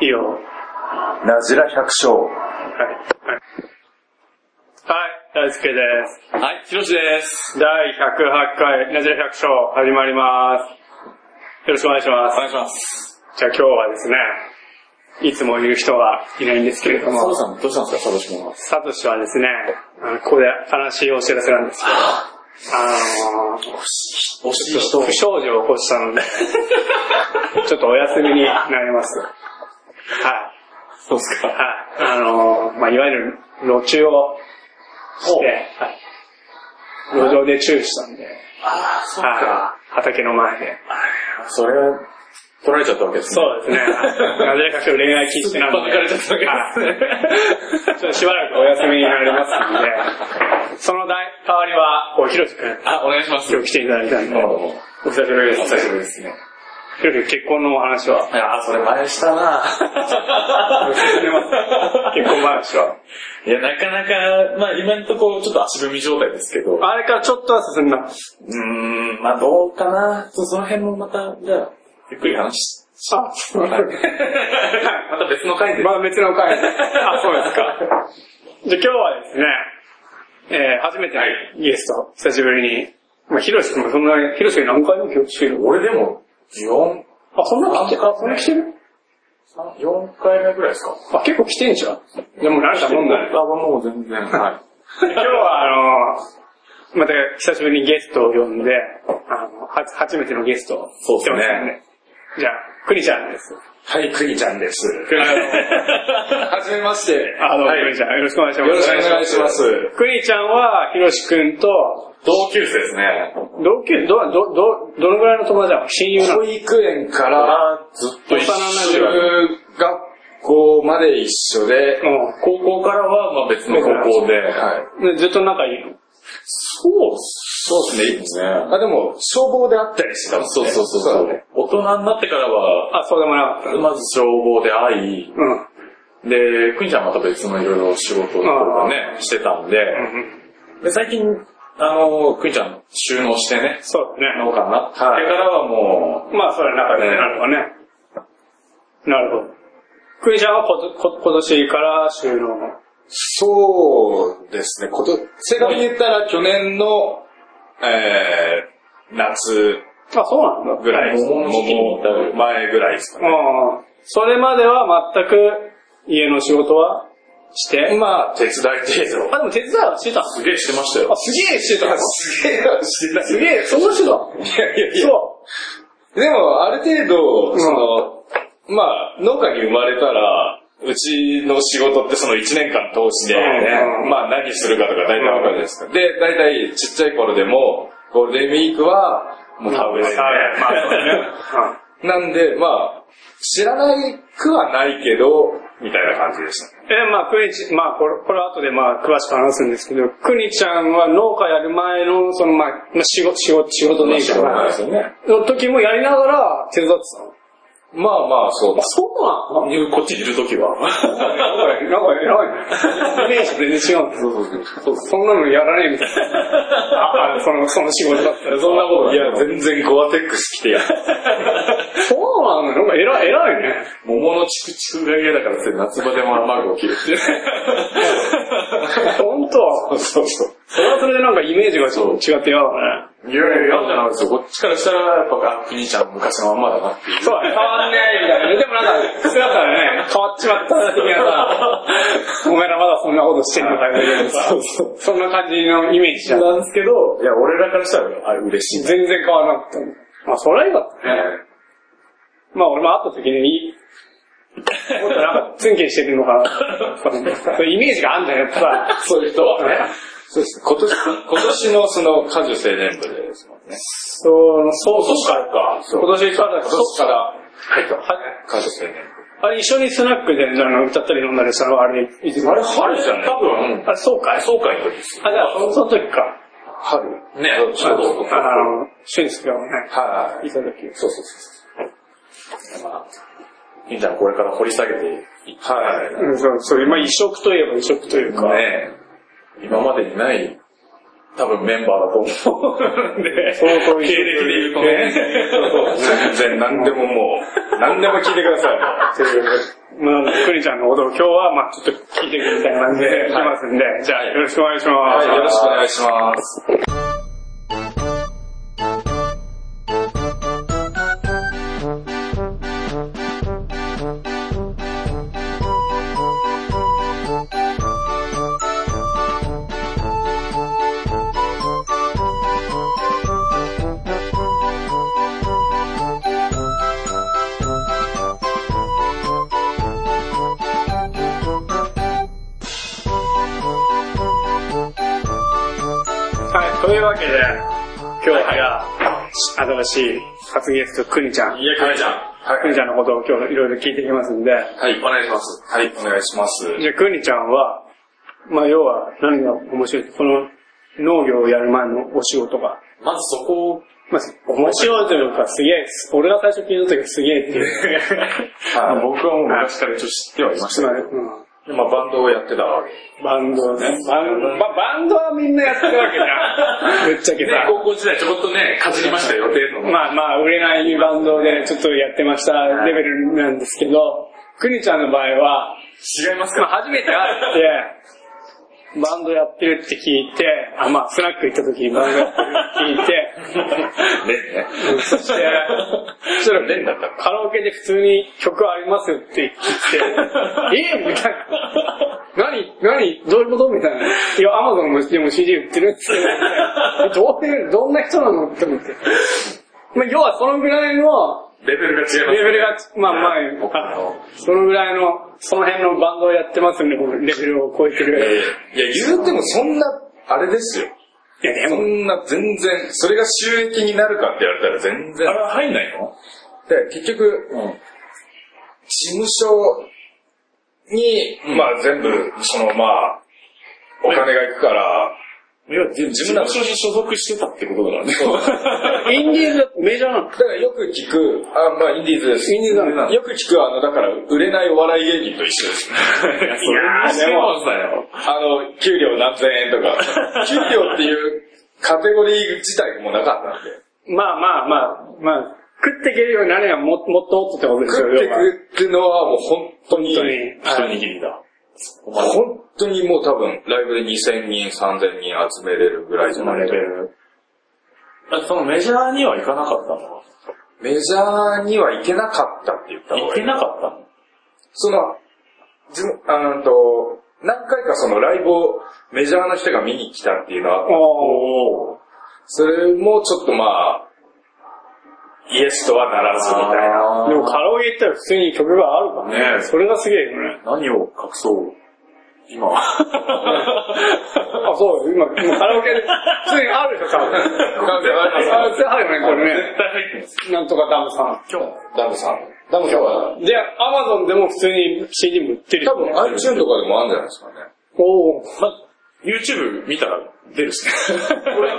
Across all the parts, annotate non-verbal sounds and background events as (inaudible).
いいよ。ラジラ百姓。はい。はい。はい、大輔です。はい、ひろしです。第108回、ラジオ百姓、始まります。よろしくお願いしまおす。願いします。じゃあ今日はですね、いつも言う人はいないんですけれどサもボ、さん、どうしたんですか、サボシも。サトシはですね、あのここで悲しいお知らせなんですけど、あのー、惜しい人。不祥事を起こしたので、 (laughs) ちょっとお休みになります。はい。そうですか。はい。あのー、まあ、いわゆる路中をして、はい路上でチューしたんで、ああ、そはい。畑の前で。それは、取られちゃったわけですね。そうですね。(laughs) (laughs) なぜか今日恋愛禁止なんで。すっぱ抜かれちゃったわけですねはいちょっとしばらくお休みになりますので、その代わりは、おひろしくん、あ、お願いします。今日来ていただいたんで、どうもお久しぶりです。お久しぶりですね。ひろしくん結婚のお話 (laughs) は、いやー、それ前した (laughs) な進んでます結婚話は。いや、なかなか、まあ今んとこちょっと足踏み状態ですけど。うあれからちょっとは進んだ。ーん、まあどうかな。そその辺もまた、じゃあ、ゆっくり話し。あ、そうなん (laughs) だまた別の回で。まあ別の回で。 (laughs) あ、そうですか。じゃあ今日はですね、えー、初めてのゲスト、久しぶりに、まあ、ヒロシ君もそんな、ヒロシ君何回も今日来てる俺でも、4、あ、そんな来てるあ、そんな来てる4回目ぐらいですかあ、結構来てんじゃん。でも慣れたもんだね。あ、もう全然、 (laughs) はい。今日はあの、また久しぶりにゲストを呼んで、あの、は初めてのゲストを来てましたんで。じゃあ、クリちゃんです。はい、クリちゃんです。はじめまして。あの、クリちゃん、よろしくお願いします。よろしくお願いします。クリちゃんは、ヒロシ君と、同級生ですね。同級、ど、ど、ど、どのぐらいの友達なの親友なの保育園からずっと一緒、幼馴中学校まで一緒で、高校からはまあ別の高校で。はい。うん。ずっと仲いいのそうそうですね。あ、でも、消防であったりしてたもんね。そうそうそうだそう、ね大人になってからは、あ、そうでもなかった。まず消防で会うい、ん。で、くんちゃんはまた別のいろいろ仕事とかね、してたんで、うん、で、最近、あの、くんちゃん収納してね、そうだね。農家になってからはもまあ、それは仲良くなるわね。なるほど。クリちゃんはことこ今年から収納。そうですね、こと、正確に言ったら去年の、えー、夏あ、そうなんだ。ぐらい、桃の時期に行った桃前ぐらいですかね。うん。それまでは全く家の仕事はして。まあ、手伝い程度。あ、でも手伝いはしてた。あ、う、すげえしてましたよ。すげえしてた。すげえな、 (laughs) してない。すげえ、そんなしてた。いやいやいや。そでも、ある程う度、んその、まあ、農家に生まれたら、うちの仕事ってその1年間通して、うんまあ何するかとか大体わかるじゃないですか。で、大体ちっちゃい頃でも、ゴールデンウィークは、もうう。田植えで、まあ、そうだね。 (laughs) うん (laughs) なんで、まあ、知らないくはないけど、みたいな感じでした。え、まあ、くにち、まあ、これ、これは後でまあ、詳しく話すんですけど、くにちゃんは農家やる前の、その、まあ、まあ仕事、仕事、仕事でいいじゃまあない仕事ですよねの時もやりながら手伝ってたの。まあまあ、そうあ、。そうなのこっちにいるときは。なんか、なんか、偉いね。イメージと全然違うんですそうそうそう。そんなのやらねえみたいな。ああ、その、その仕事だったら。そんなこといや、全然ゴアテックス来てやる。そうなのなんか偉い、偉いね。桃のチクチクが嫌だからって夏場でも雨具を着るって。本当そうそう。それはそれでなんかイメージがちょっと違って嫌だね。いやいや、嫌じゃないですよ。こっちからしたら、やっぱ、あ、兄ちゃん昔のまんまだなっていう。そうだね、変わんねえみたいな。でもなんか、姿がね、変わっちまった的なさ、お前らまだそんなことしてんのかよみたいなさ、そうそう。そんな感じのイメージじゃん。なんですけど、いや、俺らからしたら、あれ嬉しい。全然変わらなくて。まあ、それはいいかったね。まあ、俺も会った時に、もっとなんか、ツンケンしてるのかな。そういうイメージがあんだよ、やっぱさ。 (laughs) そういう人はね。そうです。今年、今年のその、果樹青年部でですもんね。そう、そう、そうか。か。そう。今年からだ今年から、はいか。果樹青年部。あれ、一緒にスナックで、あの、歌ったり飲んだりしたのは、あれ、いつあれ、あれじゃね。多分、あれ、そうかい。あ、じそうかいの時です。ゃあ、そのその時か。春。ね。あの、俊介もね、はい。いた時。そうそうそ兄ちゃん、これから掘り下げていっう。はい。うん、そう、そういう、まあ、移植といえば移植というか、ね今までにない多分メンバーだと思う。で、相当経歴で言うとね。全然何でももう、何でも聞いてください。というまあ、なのでクリちゃんのことを今日は、まあちょっと聞いていくみたいな感じで来ますんで、じゃあよろしくお願いします。はい、よろしくお願いします。はい、というわけで、今日が新しい初ゲスト、クニちゃん。いや、カメちゃん。はいクニちゃんのことを今日いろいろ聞いていきますんで、はい、お願いします。はい、お願いします。じゃあクニちゃんは、まあ要は何が面白いってこの農業をやる前のお仕事が、まずそこを、まあ面白いというかすげえ、俺が最初聞いた時はすげえっていう。はい、僕はもう昔から一応知ってはいましつたまけり、うんど、まあバンドをやってたわけ。バンドね。バンババンドはみんなやってるわけじゃん。ぶっちゃけさ。高校時代ちょこっとね、かじりましたよ、デートの。まあまあ、売れないバンドでちょっとやってましたレベルなんですけど、くにちゃんの場合は、違いますまかあ初めて会って、バンドやってるって聞いて、あ、まあ、スナック行った時にバンドやってるって聞いて、レンね。そして、それレンだったのカラオケで普通に曲ありますって聞いて、えみたいな。何何どういうことみたいな。いや、アマゾンでも CD 売ってるんですけど、どういう、どんな人なのって思って。まあ、要はそのぐらいの、レベルが違います。レベルが、まあまあ、あのそのぐらいの、その辺のバンドをやってますんで、このレベルを超えてる。いや、言うてもそんな、あれですよ。いや、でそも、んな全然、それが収益になるかって言われたら全然。あれは入んないので、結局、うん。事務所に、まあ全部、そのまあ、お金がいくから、いや、自分ら所に所属してたってことだからね。インディーズだとメジャーなのだからよく聞く、あ、まあインディーズです。インディーズなのよく聞く、あの、だから、売れないお (laughs) 笑い芸人と一緒ですね。いや、それにしてもだよ。あの、給料何千円と (laughs) か、給料っていうカテゴリー自体がもうなかったんで。まあまあまあ、まあ、食っていけるようになればももっともっとってことですよ、食って要はくってのはもう本当に、本当に。一握りだ。本当にもう多分、ライブで2000人、3000人集めれるぐらいじゃないと。ル。あそのメジャーには行かなかったのメジャーには行けなかったって言った方行がけいい。なかったのその、じあーと、何回かそのライブをメジャーの人が見に来たっていうのは、おーおー。それもちょっとまあ、イエスとはならずみたいな。でもカラオケ行ったら普通に曲があるからね。ねえそれがすげえよね。何を隠そう今は。 (laughs) あ、そう、今、今カラオケで普通にあるでしょ、多分。あ、普通にあるよね、これね。対入ってます。なんとかダムさん。今日。ダムさん。ダムさんは、で、アマゾンでも普通に CD も売ってる多よね。分 iTune とかでもあるんじゃないですかね。おー。ま、YouTube 見たら出るしね。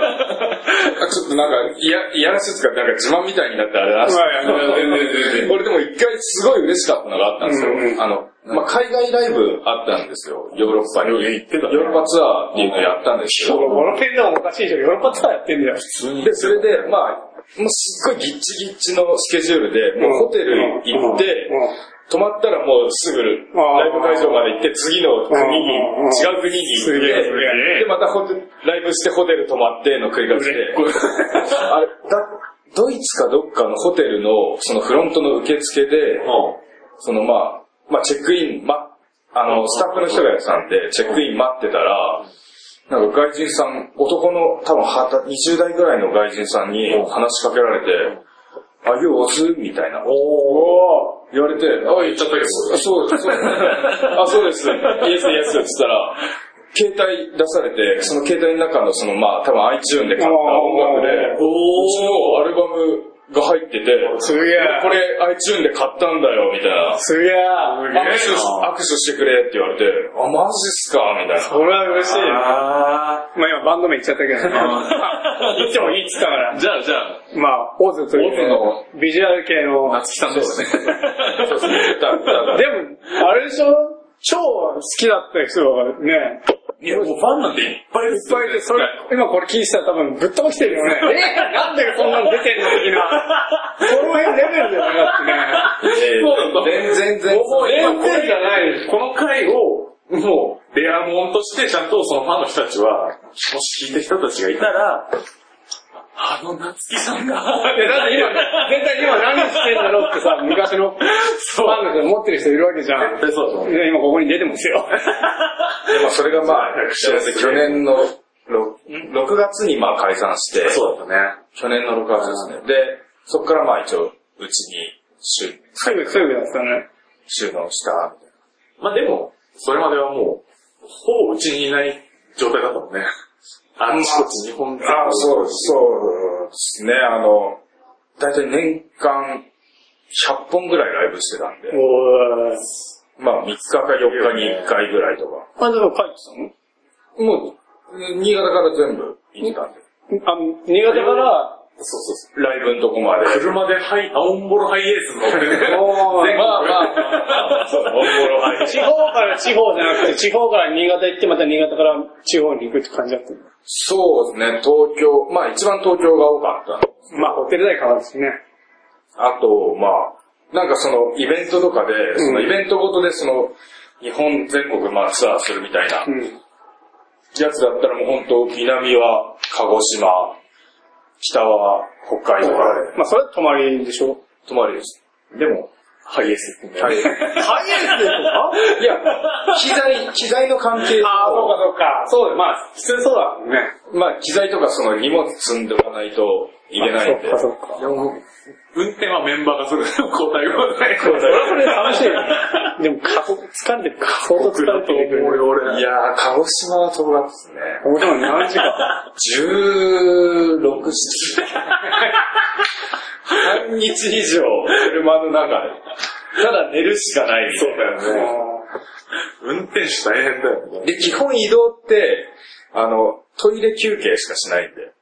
あちょっとなんか、いや、いやらしいっつうか、なんか自慢みたいになってあれだな。まあいや全然全然俺でも一回すごい嬉しかったのがあったんですよ。うんうんあの、まあ、海外ライブあったんですよ。ヨーロッパに。行ってたねヨーロッパツアーっていうのやったんですけこど。の辺でもおかしいでしょ、ヨーロッパツアーやってんだよ。で、それで、まあ、もうすっごいギッチギッチのスケジュールで、もうホテル行って、うんうん泊まったらもうすぐライブ会場まで行って、次の国に、うんうんうん違う国に行すげえすげえって、で、またホテルライブしてホテル泊まっての繰り返しで、あれ、だドイツかどっかのホテルの、そのフロントの受付で、そのまあ、まあチェックイン、ま、あの、スタッフの人がやってたんで、チェックイン待ってたら、なんか外人さん、男の多分はた20代ぐらいの外人さんに話しかけられて、あ、よう押すみたいな。おー。言われて、あ、言っちゃったけど。そうです、そうです。あ、そうです。イエスイエスって言ったら、携帯出されて、その携帯の中のそのまあ多分 iTune で買った音楽で、うおちのアルバムが入ってて、すげえ。これ iTune で買ったんだよ、みたいな。すげえ。握手し握手してくれって言われて、あ、マジっすかみたいな。それは嬉しいな。あまあ今バンド名言っちゃったけどね。言って (laughs) もいいっつったから。じゃあじゃあ、まあ、オズという、オビジュアル系の。夏木さんですね。そ (laughs) うですね。だだだでも、あれでしょ超好きだった人がね、いや、もうファンなんていっぱいいるっいっぱいで、それ、今これ聞いてたら多分ぶっ飛ばしてるよね。えーなんでこんなの出てんの的な。その辺レベルだよね、だってね。そうだ全然全然。もう全然じゃないこの回を、もう、レアモンとして、ちゃんとそのファンの人たちは、もし聞いた人たちがいたら、あの夏木さんが、いやだって今、絶対今何してんだろうってさ、昔のファンの人持ってる人いるわけじゃん。そうそう。いや今ここに出てますよ。 (laughs) でもそれがまあ、幸せ去年の 6, 6月にまあ解散して、そうだったね。去年の6月ですね。で、そこからまあ一応、うちに収すぐ、すぐだったね。収納した、みたいまあでも、それまではもう、ほぼうちにいない状態だったもんね。あっちこっち日本全な。国う、そうですね。あの、だいたい年間100本ぐらいライブしてたんで、おー。まあ3日か4日に1回ぐらいとか。あ、でも帰ってもう、新潟から全部行ったんで。たのあ、新潟から、そうそうそライブのとこまで。う。車でハイ、青んぼろハイエース乗ってね。 (laughs) おー、全まあ国まあ。そうおもろはい地方から地方じゃなくて、地方から新潟行って、また新潟から地方に行くって感じだった。そうですね、東京、まあ一番東京が多かったんでまあ、ホテル代変わるしね。あと、まあ、なんかそのイベントとかで、そのイベントごとでその、日本全国まあツアーするみたいなうん。やつだったらもう本当南は鹿児島、北は北海道からでまあ、それは泊まりでし (laughs) ょ。泊まりです。でも、ハイエースって (laughs) ね。はい。ハイエースでいや、機材、機材の関係とああ、そうかそうか。そうだ、まあ、普通そうだもんね。まあ機材とかその荷物積んでおかないといけないんで。あ (laughs) そうかそうか。運転はメンバーがすぐ交代をね。それはそれで楽しいよね。でも、過酷、疲れてるか。相当疲れてる。俺俺。いやー、鹿児島は遠かったですね。俺でも何時間16時。半日以上、車の中で。ただ寝るしかないみたいな。そうだよね運転手大変だよね。で、基本移動って、あの、トイレ休憩しかしないんで。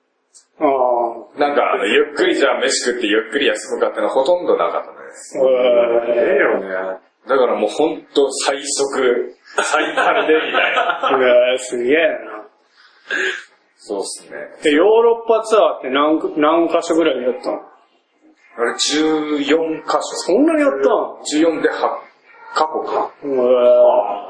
ああ。なんか、あの、ゆっくりじゃあ飯食ってゆっくり休むかってのはほとんどなかったです。ええよね。ね。だからもうほんと最速、最短でみたい (laughs) な。うわーすげえな。そうっすね。で、ヨーロッパツアーって何く、何箇所ぐらいやったのあれ14箇所。そんなにやったの14で8カ国か。うわー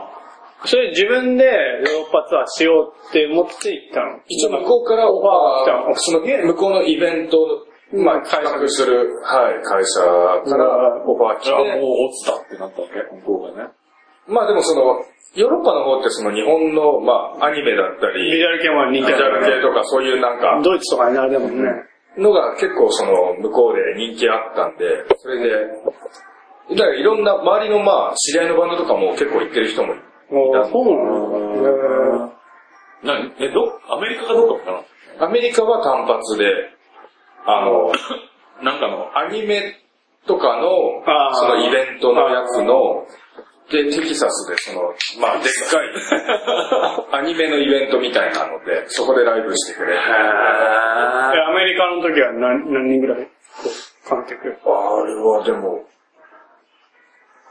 それ自分でヨーロッパツアーしようって思って行ったの一応向こうからオファーあその向こうのイベント、まあ、企画する、はい、会社からオファー来じゃあもて、う落ちたってなったわけ、向こうがね。まあでもその、ヨーロッパの方ってその日本の、まあ、アニメだったビジり、ュアル系も人気ビジュアだル系とかそういうなんか、ドイツとかにあれだもんね。のが結構その、向こうで人気あったんで、それで、だからいろんな、周りのまあ、知り合いのバンドとかも結構行ってる人もいる。もうそうなのへーなえ、ど、アメリカかどうかかアメリカは単発で、あの、ななんかの、アニメとかのあ、ーそのイベントのやつの、で、テキサスでその、まあ、でっかい、アニメのイベントみたいなので、そこでライブしてくれ。えアメリカの時は何何人ぐらいこう観客。あれはでも、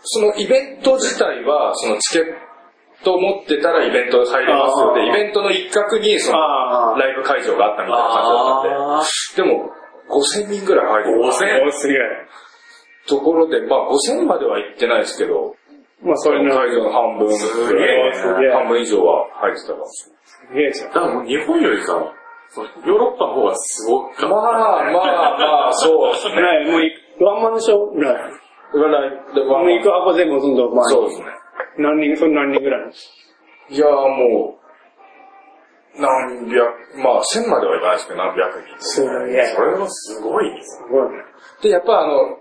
そのイベント自体は、そのチケットを持ってたらイベント入れますあよーで、イベントの一角にそのああ。ライブ会場があったみたいな感じだったんあで、でも、5000人ぐらい入る。 5000おすげえ。ところで、まあ5000までは行ってないですけど、まあそそれれのの、会場の半分すげえすげえ半分以上は入ってたかもしすげえじゃん。ー。だからもう日本よりか、そのヨーロッパの方がすごくれない。まあまあまあ、そうですね。 (laughs) ない、もういワンマンでしょない。占いでもう行く箱全部ほとんど、まあ、そうですね。何人、それ何人ぐらいいやーもう、何百、まあ1000まではいかないですけど、何百人。すごいねそれもすごいね。すごいね。で、やっぱあの、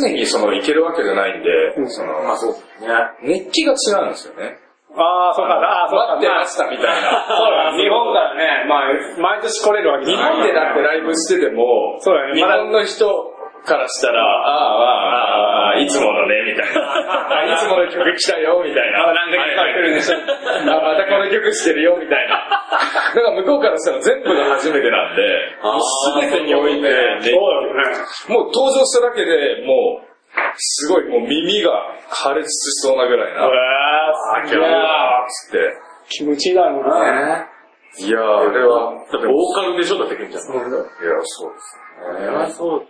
常にその行けるわけじゃないんで、うんそまのあ、そうですね。熱気が違うんですよね。ああ、そうか、ああ、そうか。待ってましたみたいな。そうだ、日本からね、まあ、毎年来れるわけじ日ゃない。本でだってライブしてても、そうだよね日本の人からしたら、ああ、ああ、ああ、いつものね、みたいな。あいつもの曲来たよ、みたいな。あ何回か来るんでしょはい (laughs) はいあまたこの曲してるよ、みたいな。だから向こうからしたら全部が初めてなんであー、すべてにおいそうて、ねだよね。もう登場しただけでもう、すごいもう耳が破裂しそうなぐらいな。うわー、すギげャえ。ーっつって。気持ちいいだろうね。いやー、あれは、だって、ボーカルでしょだって、ケンちゃん。そうだよいや、そうですね。あそう。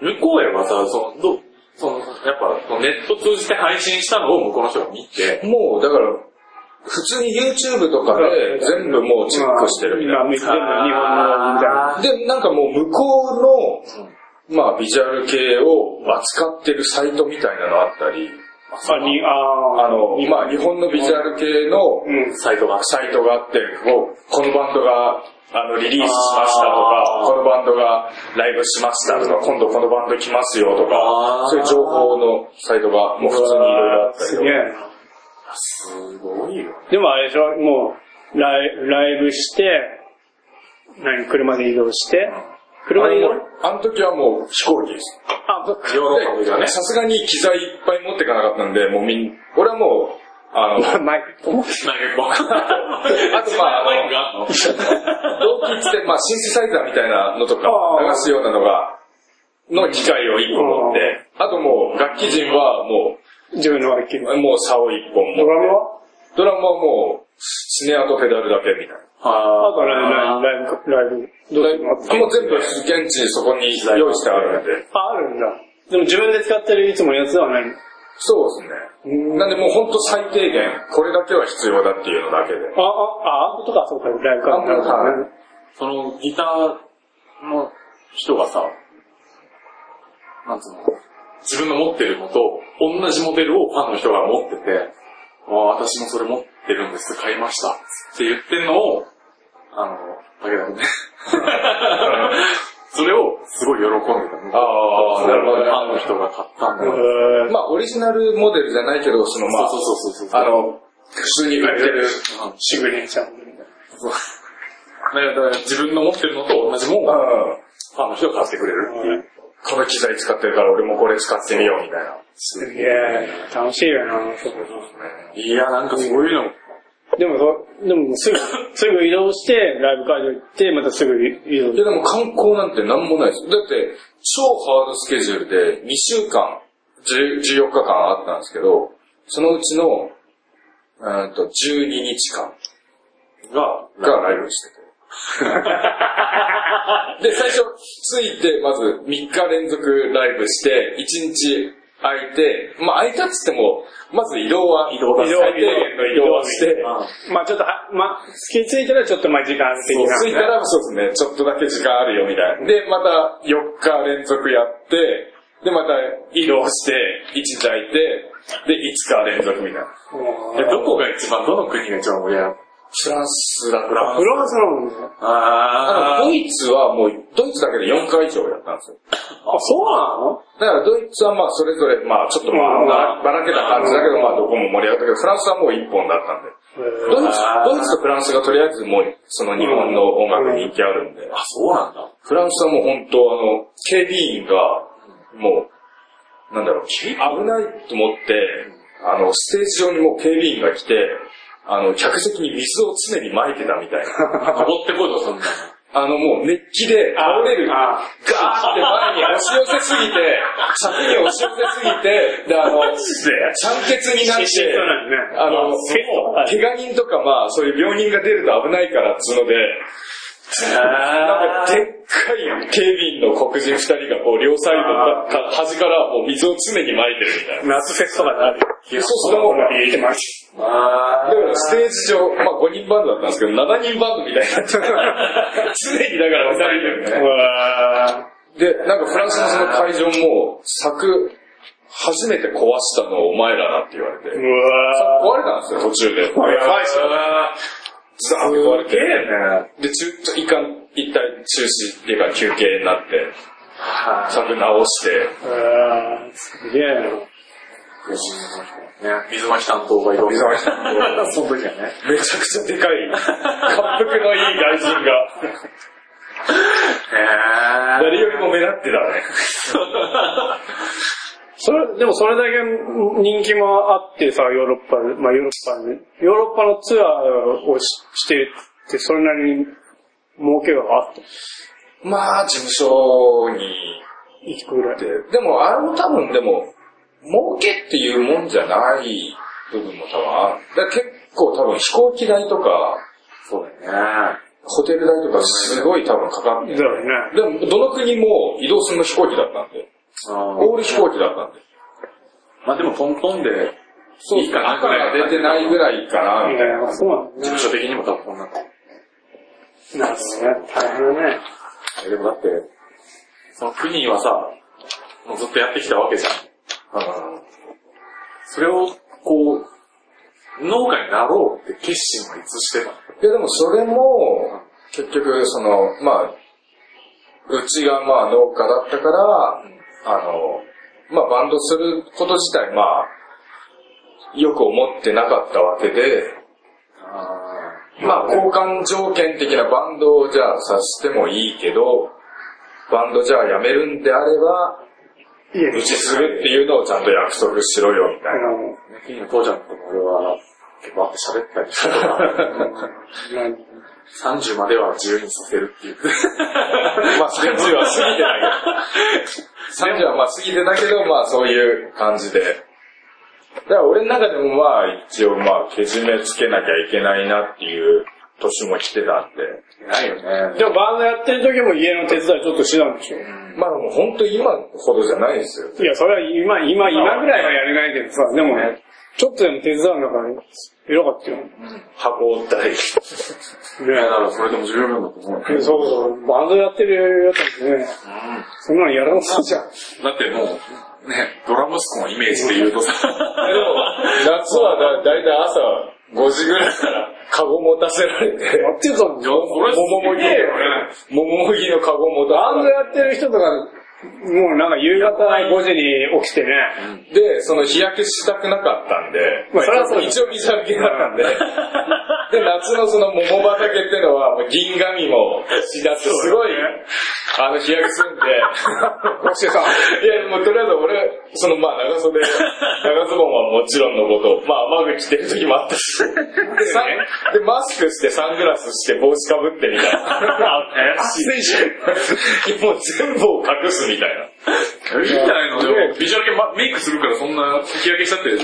向こうへはさ、その、どその、やっぱ、そのネット通じて配信したのを向こうの人が見て、もう、だから、普通に YouTube とかで全部もうチェックしてるみたい今、全部日本の、みたいな。な。で、なんかもう向こうの、まあビジュアル系を扱ってるサイトみたいなのあったり、あ、に、ああの、まあ日本のビジュアル系のうん。サイトが。サイトがあって、こうこのバンドがあのリリースしましたとかあー、このバンドがライブしましたとか、今度このバンド来ますよとかあー、そういう情報のサイトがもう普通にいろいろあったりすとげかえ。すごいよね。でもあれでしょ、もう、ライライブして、何、車で移動して、車で移動あのあの時はもう飛行機です。あ、そっかヨーロッパの時はねで。さすがに機材いっぱい持ってかなかったんで、もうみん、俺はもう、 (laughs) あの、 (laughs) マイク。なんか、わかんない。あとまあマイクがあんの同期っつって、まあ、シンセサイザーみたいなのとかあー流すようなのが、の機械を一個持って、あともう、楽器陣はも自分の楽器。う、もう竿一本持ドってラムはドラムはもう、スネアとペダルだけみたいな。ああとライブ、ライブ、ライブ、どうするのあもう全部現地そこに用意してあるんで。あ、あるんだ。でも自分で使ってるいつものやつではないの。そうですね。なんでもうほんと最低限、これだけは必要だっていうのだけで。あ、あ、あ、アンプとかそうか、ライブか。アンプとかねそのギターの人がさ、なんつうの、自分の持ってるのと同じモデルをファンの人が持ってて、あー私もそれ持ってるんです、買いましたって言ってんのを、あの、武田君 (laughs) ね。それをすごい喜んでたの。あファンの人が買ったんだ。うんまあ、オリジナルモデルじゃないけど、そのまあ、そうそうそうそう。あの、普通に売ってる。うんシグネチャーみたいな。だから自分の持ってるのと同じもんうをん。ファンの人が買ってくれるっていう。この機材使ってるから俺もこれ使ってみようみたいな。すげえ、楽しいよな。いや、なんかそういうのでもそ、でもす (laughs) ぐ、すぐ移動して、ライブ会場行って、またすぐ移動い。やでも観光なんてなんもないです。だって、超ハードスケジュールで2週間、10 14日間あったんですけど、そのうちの、うーんと、12日間が、がライブして (laughs) て。で、最初、着いて、まず3日連続ライブして、1日空いて、まあ空いたっつっても、まず移動は、移動だ最低限の移動はして、うんまあちょっとは、まあつきついたらちょっとまあ時間的そう、な。着いたらそうですね、ちょっとだけ時間あるよみたいな。で、また4日連続やって、で、また移動して、1日空いて、で、5日連続みたいな。うんえ、どこが一番、どの国が一番盛り上がるフランスだフランフランスなんだね。あドイツはもう、ドイツだけで4回以上やったんですよ。あ、そうなのだからドイツはまあそれぞれ、まあちょっとまうんあばらばらけた感じだけど、まあどこも盛り上がったけど、フランスはもう1本だったんで。ドイツあ、ードイツとフランスがとりあえずもう、その日本の音楽人気あるんで。あ、そうなんだ。フランスはもう本当あの、警備員が、もう、なんだろう、危ないと思って、あの、ステージ上にもう警備員が来て、あの、客席に水を常に撒いてたみたいな。 (laughs) 登ってこいと、そんな。あの、もう熱気で倒れる。ガーあって前に押し寄せすぎて、 (laughs) 柵に押し寄せすぎて、で、あの、酸欠になっあ、一緒てそう、なんだね。あの、もう結構ある怪我人とかまあ、そういう病人が出ると危ないからっつうので、なんか、でっかい警備員の黒人二人がこう、両サイドか、か端からもう水を常に撒いてるみたいな。夏フェスとかである。そう、それも、入れてます。あだからステージ上、まあ5人バンドだったんですけど、7人バンドみたいになっちゃった。常にだから二人でうね。わで、なんかフランスのその会場も、柵、初めて壊したのお前らだって言われーて。うわ壊れたんですよ、途中で。ーやばいっすねザーって壊れて。ね。で、中、一旦、一旦中止っていうか休憩になって、柵直して、うわーすげえね、水巻担当がいる。水巻担当。 (laughs) その時はね。めちゃくちゃでか (laughs) い、滑覆のいい外人が、へ誰よりも目立ってたね。それ、でもそれだけ人気もあってさ、ヨーロッパ、まあヨーロッパね、ヨーロッパのツアーをししてるって、それなりに儲けがあった。まあ、事務所に一個ぐらい。行って、でもあれも多分でも、儲けっていうもんじゃない部分も多分ある。だから結構多分飛行機代とか、そうだよね。ホテル代とかすごい多分かかってだよね。でも、どの国も移動するの飛行機だったんで。あーオール飛行機だったんで。まあでもトントンで、そういいかな赤が出てないぐらいかな、みたいいやそうなんだ事ね。務所的にも多分こんな。なるほどね。大変だね。な。でもだって、その国はさ、もうずっとやってきたわけじゃん。あのそれを、こう、農家になろうって決心はいつしてたのいやでもそれも、結局、その、まあ、うちがまあ農家だったから、あの、まあバンドすること自体まあ、よく思ってなかったわけで、まあ交換条件的なバンドをじゃあさしてもいいけど、バンドじゃあやめるんであれば、いいや、うちするっていうのをちゃんと約束しろよ、みたあいな。国の父ちゃんとも俺は、結構会って喋ったりしたから、 (laughs) の、うん30までは自由にさせるっていう。まあ30は過ぎてないけど。30はまあ過ぎてないけど、まあそういう感じで。だから俺の中でもまあ一応まあけじめつけなきゃいけないなっていう年も来てたんで。ないよね。でもバンドやってる時も家の手伝いちょっとしてたんでしょまあもう本当今ほどじゃないですよ。いや、それは今、今、今ぐらいはやれないけどさ、でもね、ちょっとでも手伝うんだから、偉かったよ。箱をったり。いや、だねからそれでも十分だと思うよ。そうそう、バンドやってるやつなんてね、そんなのやらなそうじゃん。だってもう、ね、ドラ息子のイメージで言うとさ、でも夏はだだいたい朝5時ぐらいからカゴ持たせられて、やってたんじゃん。それ桃もぎすげえよね桃もぎのカゴ持たバンせらドれてやってる人とか、もうなんか夕方5時に起きてね、で、その日焼けしたくなかったんで、まあそれはもう一応水浴びなかったんで、 (laughs) で、夏のその桃畑ってのは、もう銀紙もしだって、すごい、あの、日焼けす (laughs) るんで、起きてさ、いや、もうとりあえず俺、そのまあ長 (laughs) 袖、長ズボンはもちろんのこと、まあ雨具着てる時もあったし、で、サンでマスクしてサングラスして帽子かぶってみたい (laughs) な。もう全部を隠すみたいな。いいんじゃないのでもビジュアル系まメイクするからそんな日焼けしちゃって、いや、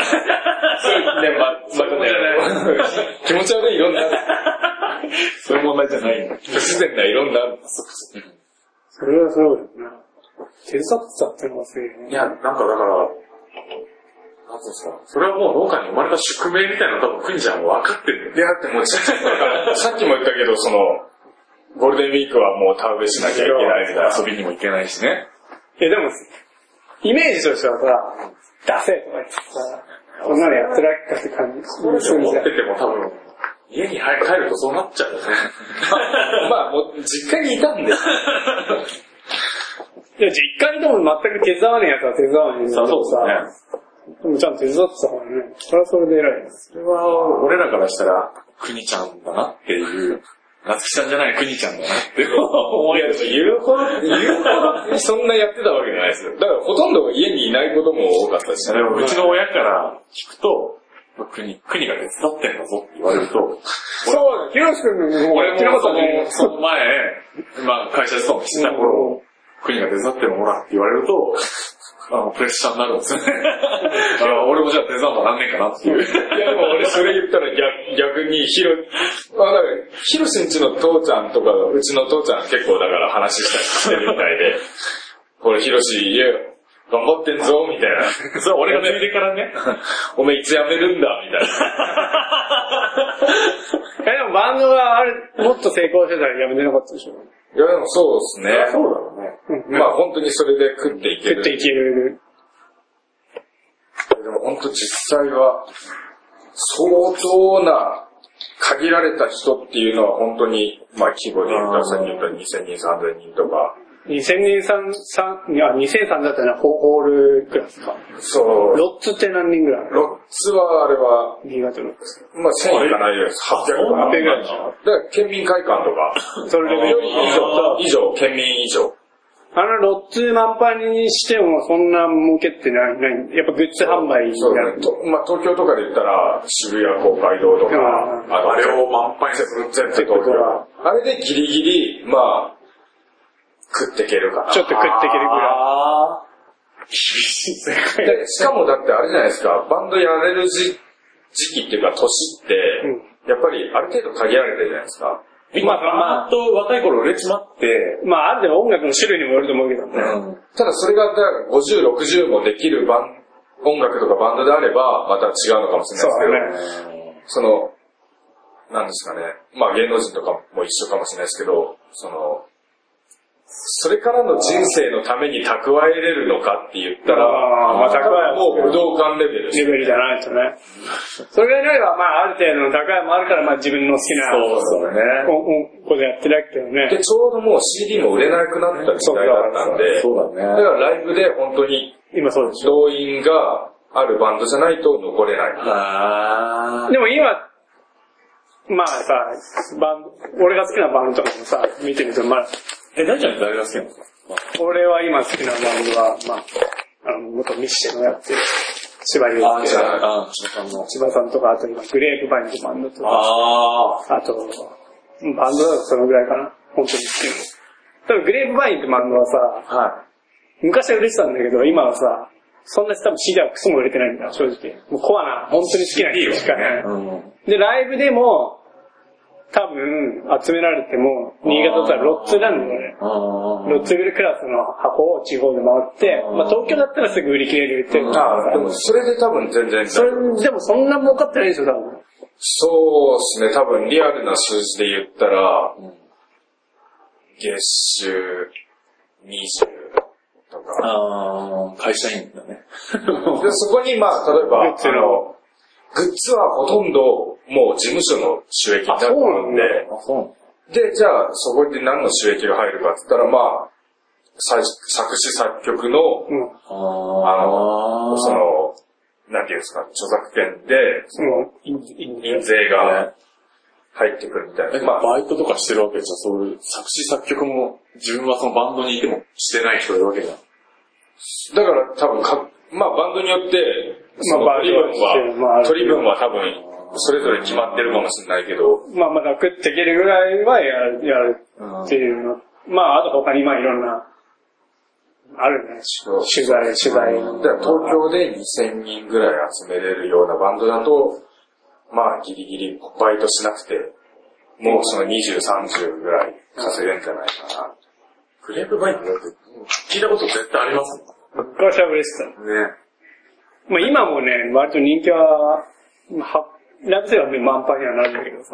そうね、ま、まういうことじゃな気持ち悪い色になる。そういう問題じゃないの。不自然な色になる。それはそうだよな。手伝ってたってのがすげえねい。や、なんかだから、なんていうんですか、それはもう農家に生まれた宿命みたいなの多分クニちゃんは分かってるんだよいや、だっね。てもうちっちゃい頃からさっきも言ったけど、その、ゴールデンウィークはもう田植えしなきゃいけないみたいな遊びにも行けないしね。いやでも、イメージとしてはさ、出せとか言ってさ、こんなのやってらっかって感じする持じゃんって。ても多分、家に入帰るとそうなっちゃうよね。まあ、もう実家にいたんで。いや、実家にとも全く手伝わねえやつは手伝わねえさあ (laughs) そうさ、ですね。でもちゃんと手伝ってたからね、それはそれで偉いです。それは、俺らからしたら、クニちゃんだなっていう、夏木ちゃんじゃないクニちゃんだな (laughs) って思いいや、やでも言うほど、言うほどそんなやってたわけじゃないですよ。だからほとんど家にいないことも多かったしでもうちの親から聞くと、国、国が手伝ってんだぞって言われると、そうだ、ヒロシ君の方が俺やってなかったんもそだよの、その前、まあ会社でそうしてた頃、国が手伝ってもらって言われると、あの、プレッシャーになるんですよ (laughs) ね。あの俺もじゃあ手伝うもなんねえかなっていう。いやでも俺それ言ったら逆逆にヒロ、まあだから、ヒロシんちの父ちゃんとか、うちの父ちゃん結構だから話したりしてるみたいで、これヒロシ家頑張ってんぞ、みたいな。それは俺が継いでからね。 (laughs) おめえいつ辞めるんだ、みたいな。 (laughs) え、でもバンドがあれ、もっと成功してたらやめてなかったでしょ。いやでもそうですね。そうだろうね。うんまあ本当にそれで食っていけ食る。っていける。でも本当実際は、相当な限られた人っていうのは本当に、まあ規模で言うあーと、さっき言った2000人、3000人とか、 2000人さん、さん、いや、2003だったらホホールクラスか。そう、ロッツって何人ぐらいあるロッツはあれは、新潟のロッツ。まあ、1000いかないです。800と800か。ぐらいでだしかょ。ら、県民会館とか、それよレベルり以上、以上、県民以上。あのロッツ満杯にしてもそんな儲けってない、ない。やっぱグッズ販売にそうなだるねと。とまあ、東京とかで言ったら、渋谷公会堂とか、うんあのあれを満杯にする。全部東京。あれでギリギリ、まあ、食っていけるかな。ちょっと食っていけるぐらい。あ厳しい世界。で、しかもだってあれじゃないですか、バンドやれる時時期っていうか年って、やっぱりある程度限られてるじゃないですか。まあ、まっと若い頃売れちまって、 (laughs) まあ、ある程度音楽の種類にもよると思うけどね。 (laughs) ただそれが、だから50、60もできるバン音楽とかバンドであれば、また違うのかもしれないですけど、ね。その、なんですかね、まあ芸能人とかも一緒かもしれないですけど、その、それからの人生のために蓄えれるのかって言ったら、あーまあ蓄えもう武道館レベルですレベルじゃないとね。それがいれば、まあ、ある程度の高いもあるから、まあ、自分の好きな、そうですね。おおことやってるわけどねで、。ちょうどもう CD も売れなくなった時代だったんで、そうだだかね。らライブで本当に今そうでしょ。動員があるバンドじゃないと残れない。あでも今、まあさ、バンド、俺が好きなバンドとかもさ、見てみると、まあ、え、大ちゃんって誰が好きなの俺は今好きなバンドは、まあ、あの、元ミッシェのやってる、芝居をあけじてゃるあ、あ千葉さんの。千葉さんとか、あと今、グレープバインドバンドとか、ああ。あと、うんバンドだとそのぐらいかな。本当に好きなの。多分グレープバインってバンドはさ、は昔は売れてたんだけど、今はさ、そんなに多分 CD はクソも売れてないんだ、正直。もうコアな、本当に好きな人しかねい。。うん。で、ライブでも、多分、集められても、新潟だったらロッツなんだよね。あロッツグルクラスの箱を地方で回って、まあ東京だったらすぐ売り切れるっていうかあでもそれで多分全然。それ、でもそんな儲かってないでしょ、多分。そうですね、多分リアルな数字で言ったら、月収20とか。あー会社員だね。でそこにまあ、例えグば、ッズのあの、グッズはほとんどもう事務所の収益になると思うんで、あ、そで、じゃあそこで何の収益が入るかって言ったら、まあ、作作詞作曲の、うん。うあのその、なんていうんですか、著作権で、その、いいい印税が入ってくるみたいえ、な。ままあ、あ、バイトとかしてるわけじゃん、そういう作詞作曲も、自分はそのバンドにいてもしてない人いるわけじゃん。だから多分か、まあバンドによって、そのまあ取り分バは、ンド取にりよっ分は多分、それぞれ決まってるかもしれないけど、まあまだ食っていけるぐらいはやる、やるっていうの。まあ、あと他にまあいろんな、あるね。そう取材、取材だの。から東京で2000人ぐらい集めれるようなバンドだと、まあギリギリバイトしなくて、もうその20、30ぐらい稼げるんじゃないかな。グレープバインドって、聞いたこと絶対ありますね。昔は嬉しさ。まあ今もね、割と人気は、はラブセはね、満杯にはなるんだけどさ、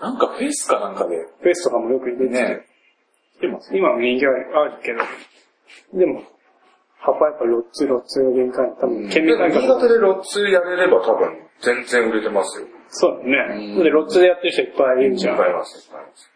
なんかフェイスかなんかで、フェスとかもよく出てて、ね、来てます。今も人気はあるけど、でも、箱はやっぱロッツ、ロッツの限界、多分、県民だから感新覚潟でロッツやれれば多分全然売れてますよ。そうだね。で、ロッツでやってる人いっぱいいるじゃん。わかります。わかります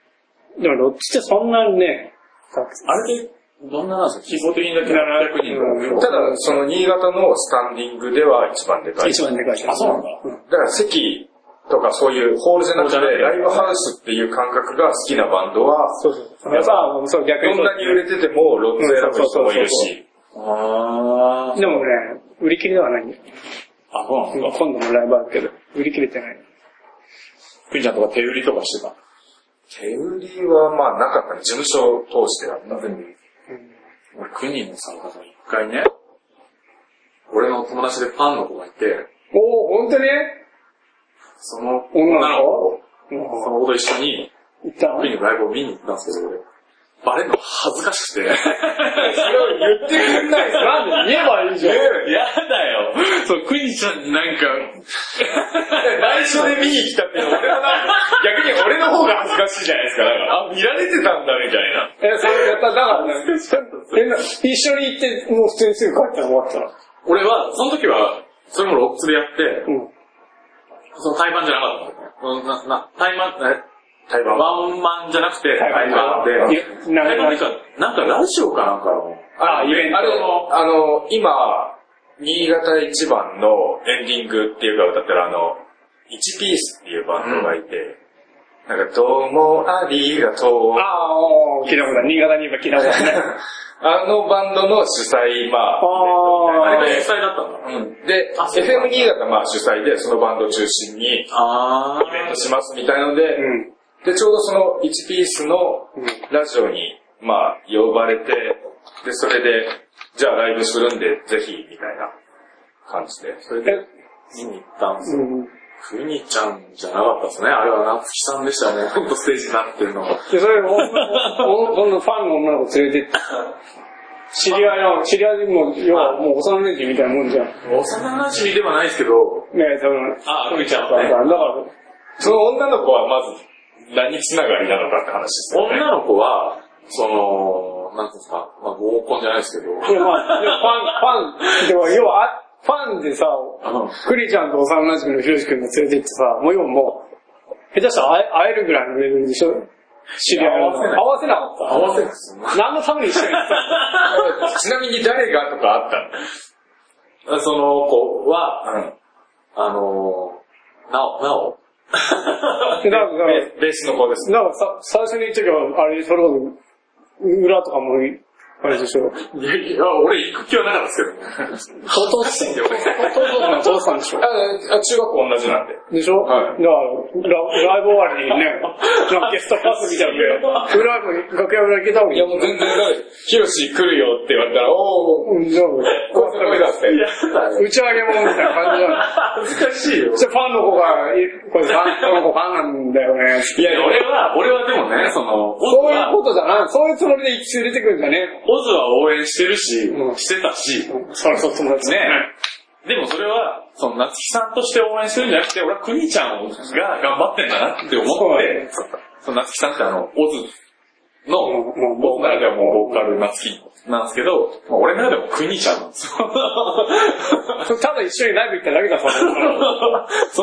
でもロッツってそんなにね、たくさんあれで、どんななんですか基本的にだけ700 700人人のただ、その新潟のスタンディングでは一番でかい。一番でかい人。あそうなんだだから席とかそういうホールじゃなくて、ホールじゃなくラてイブハウスっていう感覚が好きなバンドは、そうそうそう。やっぱ、そう逆どにそんうなに売れててもロッツ選ぶ人もいるし、あー。でもね、売り切れではないんだよ。あ、そうなん今だ。度もライブあるけど、売り切れてない。ふんちゃんとか手売りとかしてた。手売りはまあなかったね。事務所を通してだったんで。俺、9人の参加者、一回ね、俺の友達でファンの子がいて、おー、ほんとにその女女のの子子、その子と一緒に、行ったクイーンのライブを見に行ったんですけど、俺、バレるの恥ずかしくて。言ってくんないなんで言えばいいじゃん。やだよ。そう、クイーンちゃんになんか、内緒で見に来たっていうのは俺のなんか逆に俺の方が恥ずかしいじゃないですか。だからあ、見られてたんだみたいな。え、それやった、だからね、 (laughs) 変な、一緒に行って、もう普通にすぐ帰ったら終わったら。俺は、その時は、それもロックスでやって、うん。その対バンじゃなかったのね。な、な、対バン、え対バン。ワンマンじゃなくて、対バン対バンいでや、な対バンっていうか、なんかラジオかなんかの、あ、イベント。あれのあの、今、新潟一番のエンディングっていうか歌ってるあの、1ピースっていうバンドがいて、なんか、どうもありがとう。あああ、おー、聞いたことある。新潟に言えば聞いたことあるね。 (laughs) のバンドの主催、まああーれがあ主催だったんだ。あ、うん。で、あそう FM 新潟まあ主催で、そのバンド中心にイあベントしますみたいので、うん。で、ちょうどその1ピースのラジオに、まあ、呼ばれて、で、それで、じゃあライブするんで、ぜひ、みたいな感じで。それで、え、見に行ったんですよ。うん。ふにちゃんじゃなかったですね。あれはなつきさんでしたね。 (laughs) ほんとステージになってるのは。で、それを、おどんど (laughs) んファンの女の子連れてって、知り合いの、知り合いでも、要はもう幼馴染みたいなもんじゃん。ね幼馴染ではないですけど、多分。あ、ふにちゃんだかはね。ら、だから、その女の子はまず、何つながりなのかって話ですよね。女の子は、その、なんていうんですか、まあ合コンじゃないですけど、いやまあ、いやファン、ファン、 (laughs) でも要は、あファンでさ、クリちゃんと幼馴染のひろしくんが連れてってさ、もう要はもう、下手したら会え会えるぐらいのレベルでしょ知り合いのいや合わせなかった。合わせるんですよ。何のためにしてるんちなみに誰がとかあったその子は、のあのー、なお、なお。 (laughs) ですかだから、だベースの子ですね。からさ、最初に言った時は、あれ、それこそ、裏とかも、あれでしょ。いやいや、俺行く気はなかったですけどね。相当きいんで、俺。お父さんでしょあ、あ中学校同じなんで。でしょはいだから、ラライブ終わりに (laughs) ね、なんかゲストハウスみたいなので、裏も楽屋裏行けた方がいいい。やもう全然だって、ヒロシ来るよって言われたら、おー、うん、じゃあ、こいつの声だって。打ち上げもんみたいな感じな (laughs) の。恥ずかしいよそ。してファンの子が、いこれファンこの子ファンなんだよね。いや、俺、俺は、俺はでもね、その、オズそういうは、ことじゃない。そういうつもりで行き連れてくるんじゃねオズは応援してるし、うんしてたし、ねえの。それそう友達。でもそれは、その、夏希さんとして応援してるんじゃなくて、俺はクニちゃんが頑張ってんだなって思そうっねて、その夏希さんってあの、オズの、うんうん僕の中ではもうボーカル夏希なんですけど、まあ俺の中でもクニちゃんなんですよ。 (laughs) それただ一緒にライブ行っただけだ、そ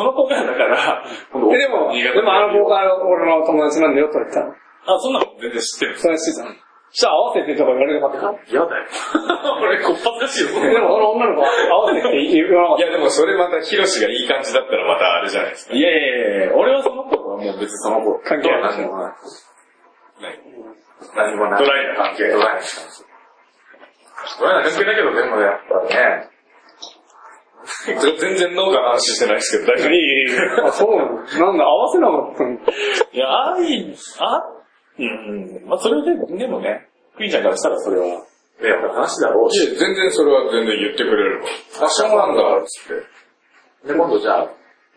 の子 (laughs) その子が、だから、こので、でも、新潟でもあのボーカル俺の友達なんだよとか言ったの。あ、そんなの全然知ってるんですそれは知ってたの。じゃあ合わせてとか言われなかったか嫌だよ。 (laughs) 俺、こっぱずかしいよ、そん (laughs) なでものその女の子は合わせてって言わ (laughs) いなかっやでもそれまたヒロシがいい感じだったらまたあれじゃないですか。いやいやいやいや俺はその頃はもう別にその頃。関係ないどう何もない。ね何もない。ドライな関係ドライな関係。ドライな関係だけど、でもやっぱね。全然農家の話してないですけど、大た。丈いい、いい、いい。あ、そうなのなんだ、合わせなかったの。いや、ああい、あうん。まあそれで、でもね、クイーンちゃんからしたらそれは、迷惑な話だろうし。夫。いや、全然それは全然言ってくれるわ。あ、そうなんだ、つって。で、今度じゃあ、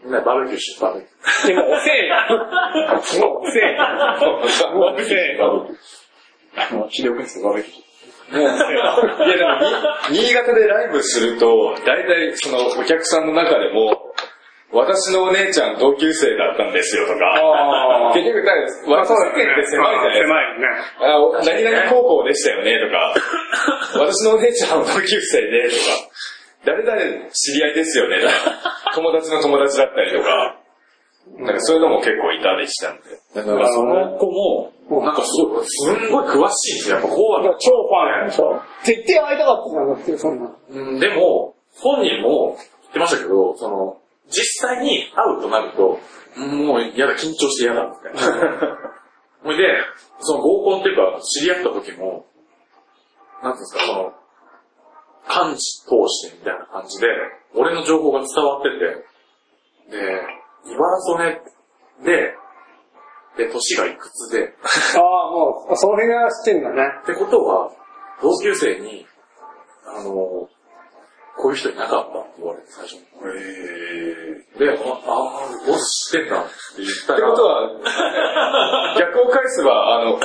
みんなでバーベキューしてバーベキュでも遅えよ。もう遅えよ。もう遅えー。バよ。ーベキュー。あの、ひでおくんですバーベキュー。いやでもに、新潟でライブすると、大体そのお客さんの中でも、私のお姉ちゃん同級生だったんですよとあー、か結局誰です、私世間って狭いじゃないですか。狭いよね。あお何々高校でしたよねとか、私のお姉ちゃんは同級生でとか、誰々知り合いですよねとか、友達の友達だったりとか、なんかそういうのも結構いたりしたんで。だからその子も、なんかすごい、すんごい詳しいんですよ。やっぱこうはだから超ファンやでしょ。絶対会いたかったじゃなくて、そんな。うんでも、本人も言ってましたけど、その、実際に会うとなると、うんもう嫌だ、緊張して嫌だ、みたいな。ほいで、その合コンっていうか、知り合った時も、なんていうんですか、その、感知通してみたいな感じで、俺の情報が伝わってて、で、茨曽根で、で、年がいくつで、ああ、もう、その辺は知ってんだね。ってことは、同級生に、あの、こういう人いなかったって言われて、最初に。で、あ、あー、ボス知ってんだって言ったってら、ことは、逆を返せば、あの、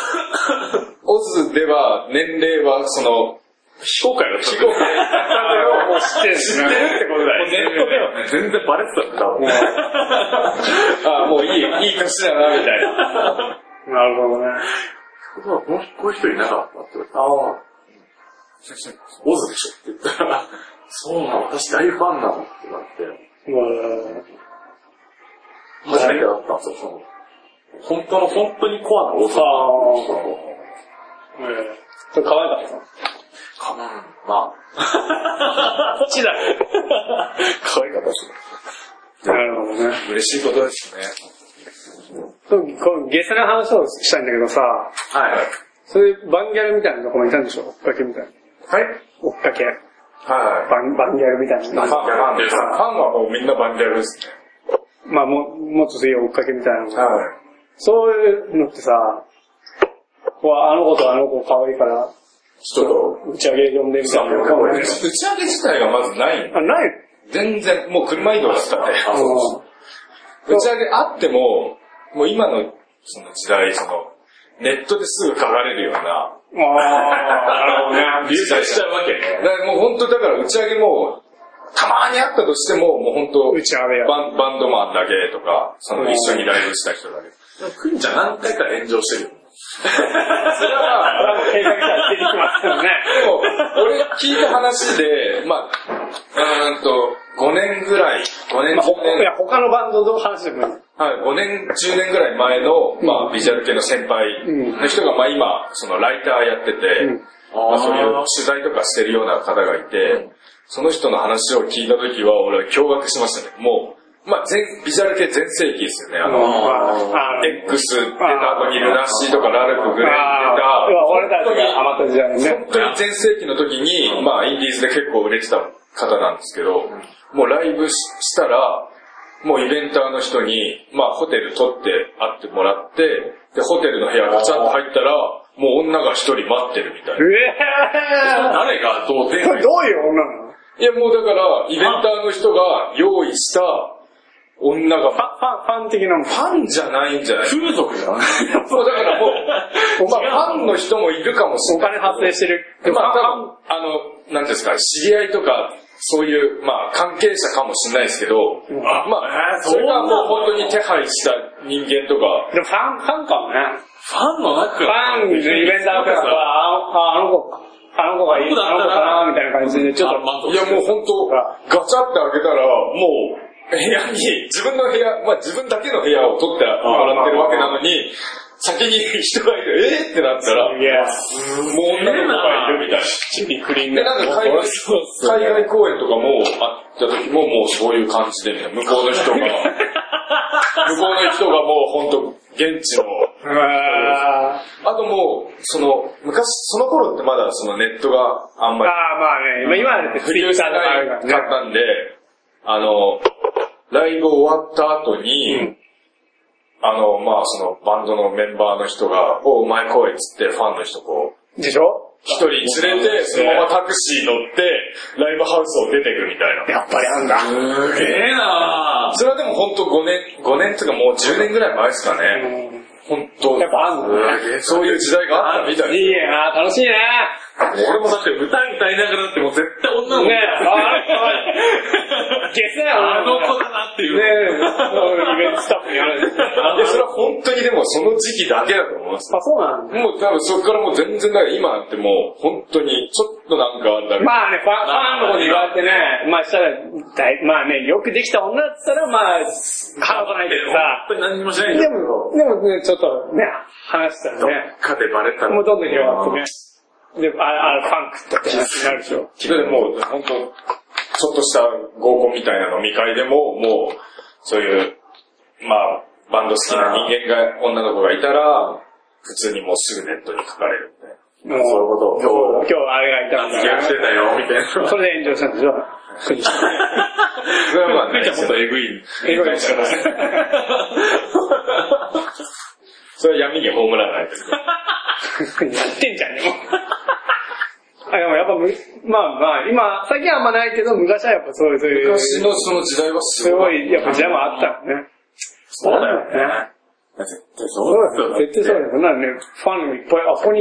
オズでは、年齢は、その、非公開だった。非公開もう知ってる知ってるってことだネットではね、全然バレてたんだ。多分 (laughs) あもういい、いい年だな、みたいな。なるほどね。ことは、このこういう人いなかったって言われて、ああ、ボスでしょって言ったら、そうなの、私大ファンなのって言われて、まあ、初めてだったんですよ、その、本当の、本当にコアなオーズあー人と。ええそれ可愛かっか、うん、まあ。こっちだ。可愛かったですね。た。なるほどね。嬉しいことですね。そうこうゲスな話をしたいんだけどさ、はい。そういうバンギャルみたいなとこもいたんでしょ追っかけみたいな。はい追っかけ。はい。バンバンギャルみたいファン、なフ。ァンです。ファンはもうみんなバンギャルですね。まあも、もっと強い追っかけみたいなのがはい。そういうのってさ、こうあの子とあの子可愛いから、ちょっ打ち上げ呼んでみたいなのかもと、打ね。ち上げ自体がまずない。あ、ない全然、もう車移動だったね。あの、打ち上げあっても、もう今のその時代、その、ネットですぐ書かれるような、ああ、なるほどね。流産しちゃうわけだからもう本当だから打ち上げも、たまにあったとしても、もう本当打ち上げや。バン、バンドマンだけとか、そうんの一緒にライブした人だけ。くんちゃん何回か炎上してるよ。それは、多分検索したら出てきますからね。でも、俺聞いた話で、まあ、うーんと、5年ぐらい、5 (laughs) 年、まあ、ほ10い年、や他のバンドの話でもいい。はい、5年、10年ぐらい前の、まあ、ビジュアル系の先輩の人が、まあ今、そのライターやってて、うんまあそういう取材とかしてるような方がいて、その人の話を聞いた時は、俺は驚愕しましたね。もう、まあ全、ビジュアル系全盛期ですよね。あまの、あ、あの X 出た後にルナッシーとかラルク・グレン出あーうわ俺たた、ちがハマった時代にね本。当に全盛期の時に、まあ、インディーズで結構売れてた方なんですけど、もうライブししたら、もうイベンターの人に、まあ、ホテル取って会ってもらって、で、ホテルの部屋ガチャンと入ったら、もう女が一人待ってるみた (laughs) いな。え誰がどう出えー、これどういう女なのいや、もうだから、イベンターの人が用意したファン、ファン、女が、ファン的なもん。ファンじゃないんじ (laughs) ゃない風俗じゃないそう、だからもう、まあ、ファンの人もいるかもしおれない。金発生してる。まあ、多分、あの、なんていうんですか、知り合いとか、そういう、まあ、関係者かもしれないですけど、んまあ、それがもう本当に手配した人間とか、でもファン、ファンかもね。ファンの中ファンのイベントがさ、ああの子、あの子がいい、あ僕だったの子らかな、みたいな感じで、ちょっと、満足いやもう本当、ガチャって開けたら、もう、部屋に、自分の部屋、まあ自分だけの部屋を取ってもらってるわけなのに、先に人がいる、えーってなったら、もいや、う女の子がいるみたいな。チビクリンで、なんか海外海外公演とかもあった時ももうそういう感じで、向こうの (laughs) 人が、向こうの人がもう本当現地の、うわーあともう、その、昔、その頃ってまだそのネットがあんまりああ、まあね、まあ今だって普ツイ及ッしタてーとかあるなかいからね。ったんで、あの、ライブ終わった後に、うんあの、まあそのバンドのメンバーの人が、おう、前来いっつってファンの人こう、でしょ一人連れて、そのままタクシー乗って、ライブハウスを出てくみたいな。やっぱりあんだ。すげえなそれはでも本当5年、5年とかもう10年ぐらい前ですかね。本当やっぱあんだね。そういう時代があったみたいいいね、あー楽しいね。俺もだって歌歌いながらだってもう絶対女の子。ねえ、あー、ゲスだよ、あの俺子だなっていう。ねえ、そうイベントスタッフにやる。で、それは本当にでもその時期だけだと思います。あ、そうなんだ。もう多分そこからもう全然だから今ってもう本当にちょっとなんかあったら、まあね、ファン、ファンのこと言われてね、まあしたら、だいまあね、よくできた女だったら、まあ、ハードないけどさ、本当に何にもしないんだでよ。も、でもね、ちょっとね、話したらどね、っかでバレたら。もうどんどん広がってね、で、あ、あ、ファンクって話になるでしょ。それでもう本当、ちょっとした合コンみたいな飲み会でも、もう、そういう、まあ、バンド好きな人間が、女の子がいたら、普通にもうすぐネットに書かれるみたいな。もうそういうこと今日、今日あれがいたんだ付き合かってたよ、みたいな。ら、それで炎上したんでしょ。国ちゃん。それはまあ、くんちゃん本当エグい。英語で (laughs) したから。それは闇に葬らないです。やってんじゃんね、もうあ、でもやっぱむ、まあまあ、今、最近はあんまないけど、昔はやっぱそういう、そういう。昔のその時代はすすごごい。い、やっぱ邪魔あったよね。そうだよね。絶対そうだよ。絶対そうだよ。そんなのね、ファンもいっぱい、あそこに、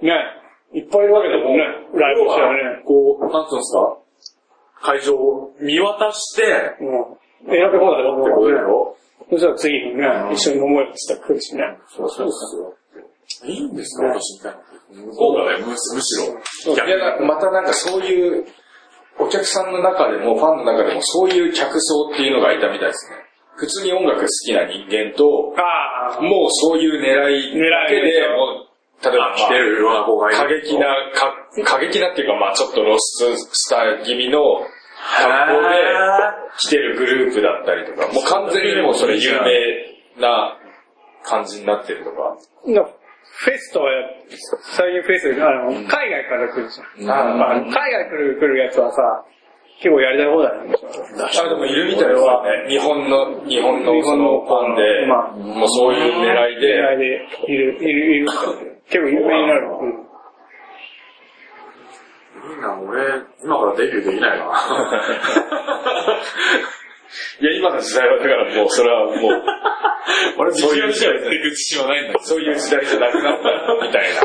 ね、いっぱいいるわけだもんね、ライブしたらね。こう、なんつうんですか会場を見渡して、もう、選べ放題だもんってことだね。よ。そしたら次にねう、ん一緒に飲もうよって言ったら来るしね。そうそうそう。いいんですか私みたいな。向こうがね、むしむしろ。いや、だからまたなんかそういう、お客さんの中でも、ファンの中でも、そういう客層っていうのがいたみたいですね。普通に音楽好きな人間と、ああ、もうそういう狙いだけ狙いでしで、ょもう、例えば、まあ来てるような子がいる。過激な、か過激なっていうか、まあちょっと露出した気味の格好で来てるグループだったりとか、もう完全にもうそれ有名な感じになってるとか。なフェスとは、最近フェス、あの、海外から来るじゃん。あまあ海外来る、来るやつはさ、結構やりたい放題なんでしょ。あ、でもいるみたいですね。日本の、日本のそのファンで、まあもうそういう狙いで、狙いで、いる、いる、いる。結構有名になる。うんいいな、俺、今からデビューできないな。 (laughs) いや、今の時代はだからもう、それはもう、 (laughs) 俺、ビジそうュいアうル時じゃ代やっていく自信はないんだけど。そういう時代じゃなくなったみた (laughs) いな。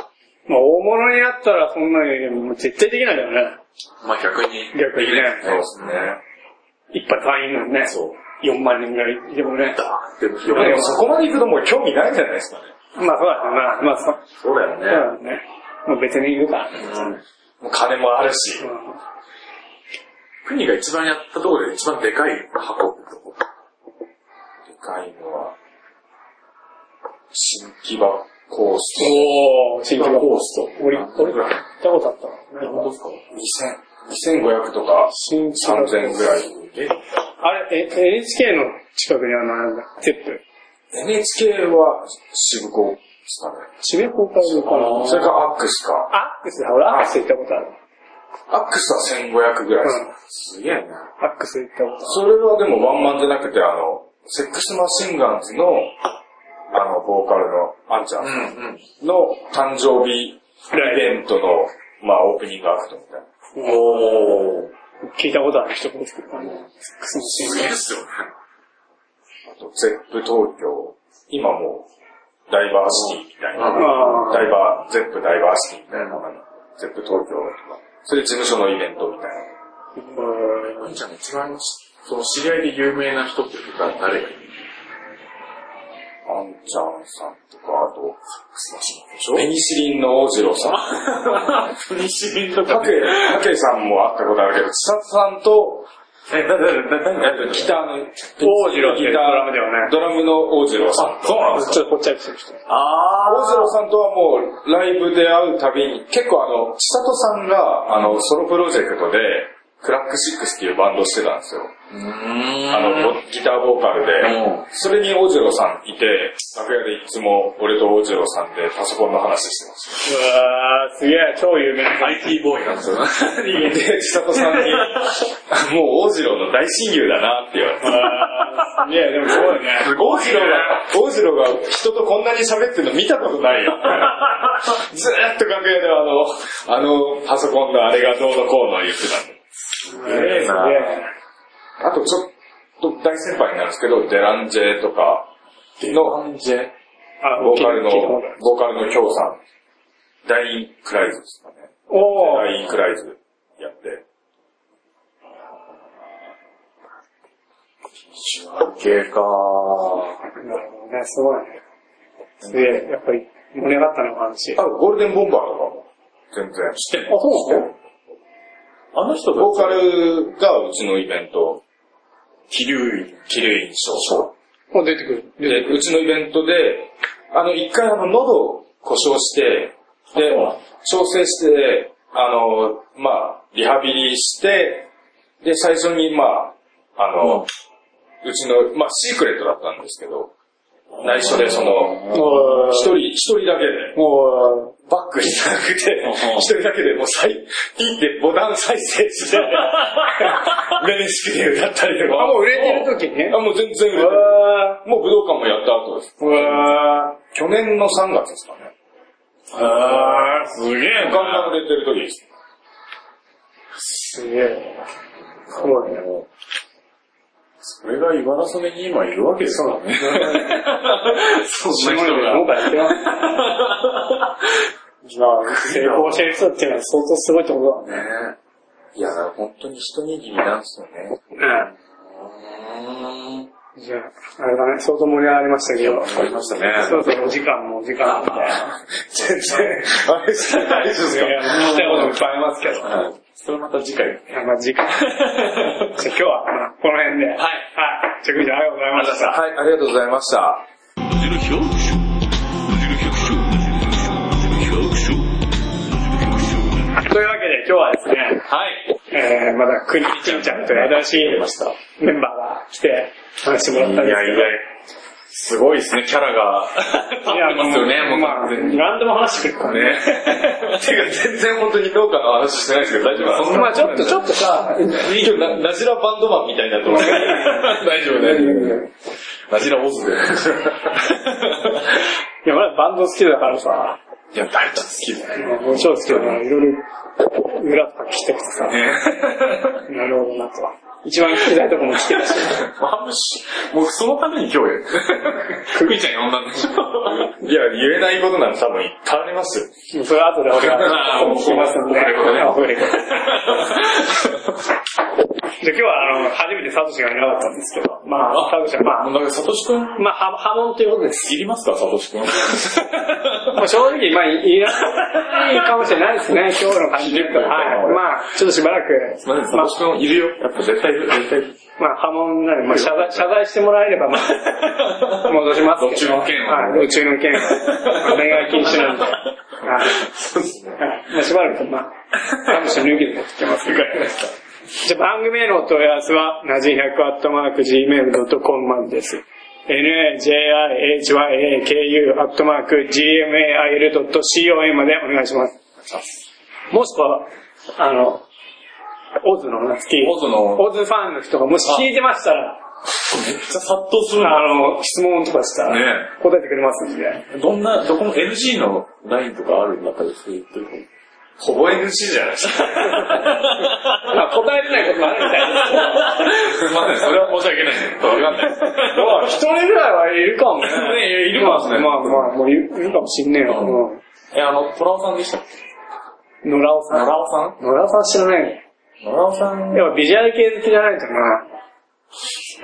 まあ、大物になったらそんなに、もう絶対できないだよね。 (laughs) まあ逆に。逆にね。そうですね。いっぱい隊員なんね。そう。 4万人ぐらいでもね。でも、でもそこまで行くともう興味ないんじゃないですかね。まあそうだよな。まあそうそうだよそうだ。よね。もう別にいるから。もう金もあるし。う国が一番やったところで一番でかい箱ってとこ。でかいのは、新木場コースト。んおー、新規のココーースストト。俺、俺、行ったことあったわ本当ですか2000、2500とか新規の3000ぐらい。えあれ、え、NHK の近くにはなんだ、ゼップ。 NHK は渋子ですかね。渋谷公開のかあーなそれかアックスか。アックスだ、俺アックス行ったことある。アックスは1500ぐらいですね。すげえな。アックス行ったことあそれはでもワンマンじゃなくて、あの、セックスマシンガンズの、あの、ボーカルのあんちゃんうんうん。の誕生日イベントの、まあ、オープニングアクトみたいな。おー。る。聞いたことある人も多いですけどね。クソすげえっすよね。あと、ゼップ東京、今もう、ダイバーシティみたいな。うんあーダイバー、ゼップダイバーシティみたいなのが、ゼップ東京とか、それで事務所のイベントみたいな。う兄ちゃんが一番、その知り合いで有名な人っていうか、誰がいるあんちゃんさんとか、あと、ペニシリンの大次郎さん。国知りとたけ、たけさんも会ったことあるけど、千里さんと、え、な、な、な、な、ギターの、王子郎ってギドタラー、ムだよね。ドラムの王次郎さんと、そうなんでちょっとぽっちゃりしてる人。あ大次郎さんとはもう、ライブで会うたびに、結構あの、千里さんが、あの、ソロプロジェクトで、クラックシックスっていうバンドしてたんですよ。うーん。あの、ボギターボーカルうんで、それに大次郎さんいて、楽屋でいつも俺と大次郎さんでパソコンの話してましうわー、すげえ、超有名な人。 IT ボーイなんですよね。た。で、千里さんに、あもう大次郎の大親友だなって言われて。あーすげえ、でもすごいね。大次郎が、大次郎が人とこんなに喋ってるの見たことないよ。ずーっと楽屋であの、あのパソコンのあれがどうのこうの言ってたんで。ええなあとちょっと大先輩になるんですけど、デランジェとかの、ンジェ。あ、ボーカルの聞いたことある、ボーカルの京さん、ダインクライズですかね。おーダインクライズやって。な系かるほどね、すごいね。すげえ、やっぱり盛り上がったの話。あ、ゴールデンボンバーとかも、全然。知ってんのあ、そうなのあの人ボーカルがうちのイベント、気流院。キルイン賞。もう出てくる。で、うちのイベントで、あの、一回あの、喉を故障して、でそうなの、調整して、あの、まあ、リハビリして、で、最初に、まあ、あの、うちの、まあ、シークレットだったんですけど、内緒でその、おー一人、一人だけで、もう、バックになくて、一人だけでもう再、ピってボタン再 (laughs) 生して、メインスピー歌ったりとか。あ、もう売れてる時にね。あ、もう全然売れてうる。わもう武道館もやった後です。ー。うわ去年の3月ですかね。あー、すげえガンダム出てる時です。すげえ。すごいね。それが岩田染めに今いるわけですから (laughs) ね。そんな人なんかが。やってます。まあ、成功してる人っていうのは相当すごいってこねいや、だから本当に一握りなんですよね。とだね。うん。じゃあ、あれだね、相当盛り上がりましたけど。わかりましたね。そうそう、お時間もお時間なんで。全然、あれじゃないですかい。や、聞きたいこともいっぱいありますけど。はいそれまた次回。まあ、時間。じゃあ今日は、まあこの辺で。はい。はい。チェックインありがとうございました。はい、ありがとうございました。というわけで、今日はですね、はい。えー、まだ、くにちんちゃんという新しいメンバーが来て、話してもらったんですけど。すごいですね、キャラが。いいますよね、もうまあ、完全に。ね。何でも話してくるからね。てか全然本当に農家の話してないですけど大丈夫なんですかまあちょっとょっとさ、今日なラジラバンドマンみたいになってますけど大丈夫、大丈夫。ラジラオズで。いや、まだバンド好きだからさ、いや、大ちゃん好きだね。もう超好きだから、いろいろ裏とか聞きたくてさ、ねなるほどなと。一番聞きたいとこも来てるし。まぶしい。もうそのために今日や。くいちゃん呼んだんでしょ。いや、言えないことなんて多分いっぱいありますもよ。うそれは後で分あーもう聞きますんで。オフレコでねオフレコでじゃあ今日はあの、初めてサトシがいなかったんですけど、まあ、サトシはまあ、もうなんか、さとしくん、まあ、は波紋ということです。いりますか、さとしくん。まあ、正直、まあ、いらないかもしれないですね、今日の感じで言うと。はい。まあ、ちょっとしばらく、まあ、さとしくんいるよ。やっぱ絶対いる、絶対いる。まあ、波紋なので、まあ、謝罪、謝罪してもらえれば、ま (laughs) あ、戻しますけど。どっちの件ははい、宇宙の件は。恋愛禁止なんで。はい。そうですね。はいまあ、しばらく、まあ、サムシの脱ぎで持ってきますけど。じゃあ番組へのお問い合わせは、なじ1 0 0 g m a i l c o m までです。najihyaku.gmail.com までお願いします。もしくは、あの、オズの夏木、オズのオズファンの人がもし聞いてましたら、めっちゃ殺到するな。あの、質問とかしたねら、答えてくれますんで。どんな、どこも NG のラインとかある中でそういうとこほぼ NG じゃないですか。まあ、答えれないこともあるみたいですけど。まあね、それは申し訳ないね。わかんない。まあ、一人ぐらいはいるかもね。ねいるかもしれないまあまあ、もういるかもしんねえよ。 (laughs) え、あの、トラオさんでしたっけうん野良尾さ野ん。良尾さん野良尾さん知らないね。野良尾さんやっぱビジュアル系好きじゃないとな。や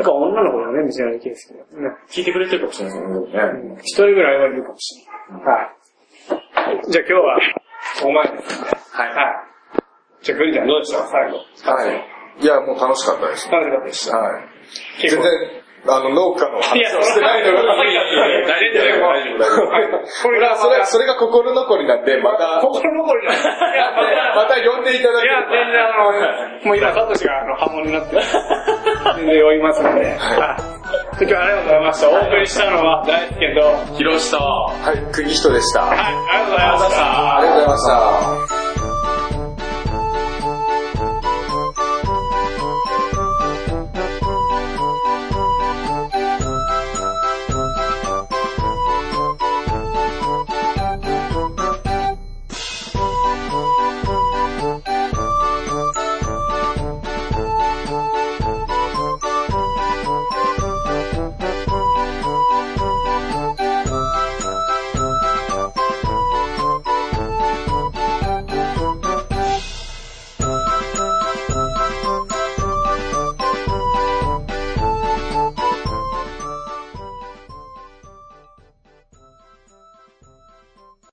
っぱ女の子だね、ビジュアル系好きだね。聞いてくれてるかもしれないですけどね。一人ぐらいはいるかもしれない。はい。じゃあ今日は、お前ですね。はい。じゃあ、グリちゃんどうでした最後。はい。いや、もう楽しかったです。楽しかったでした。はい。結全構。然、あの、農家の話いやをしてないのそんなことないに。よ大丈夫大丈夫大丈夫これ俺はがそれ、そそれが心残りなんで、また、心残りだ。いや、またまた呼んでいただいけや、る全然あの、もう今、サトシがあの、波紋になってる。全然酔いますので。はい。今日はありがとうございました。お送りしたのは大輔と、はい、広した。はい、国人でした。あありがとうございました。りがとうございました。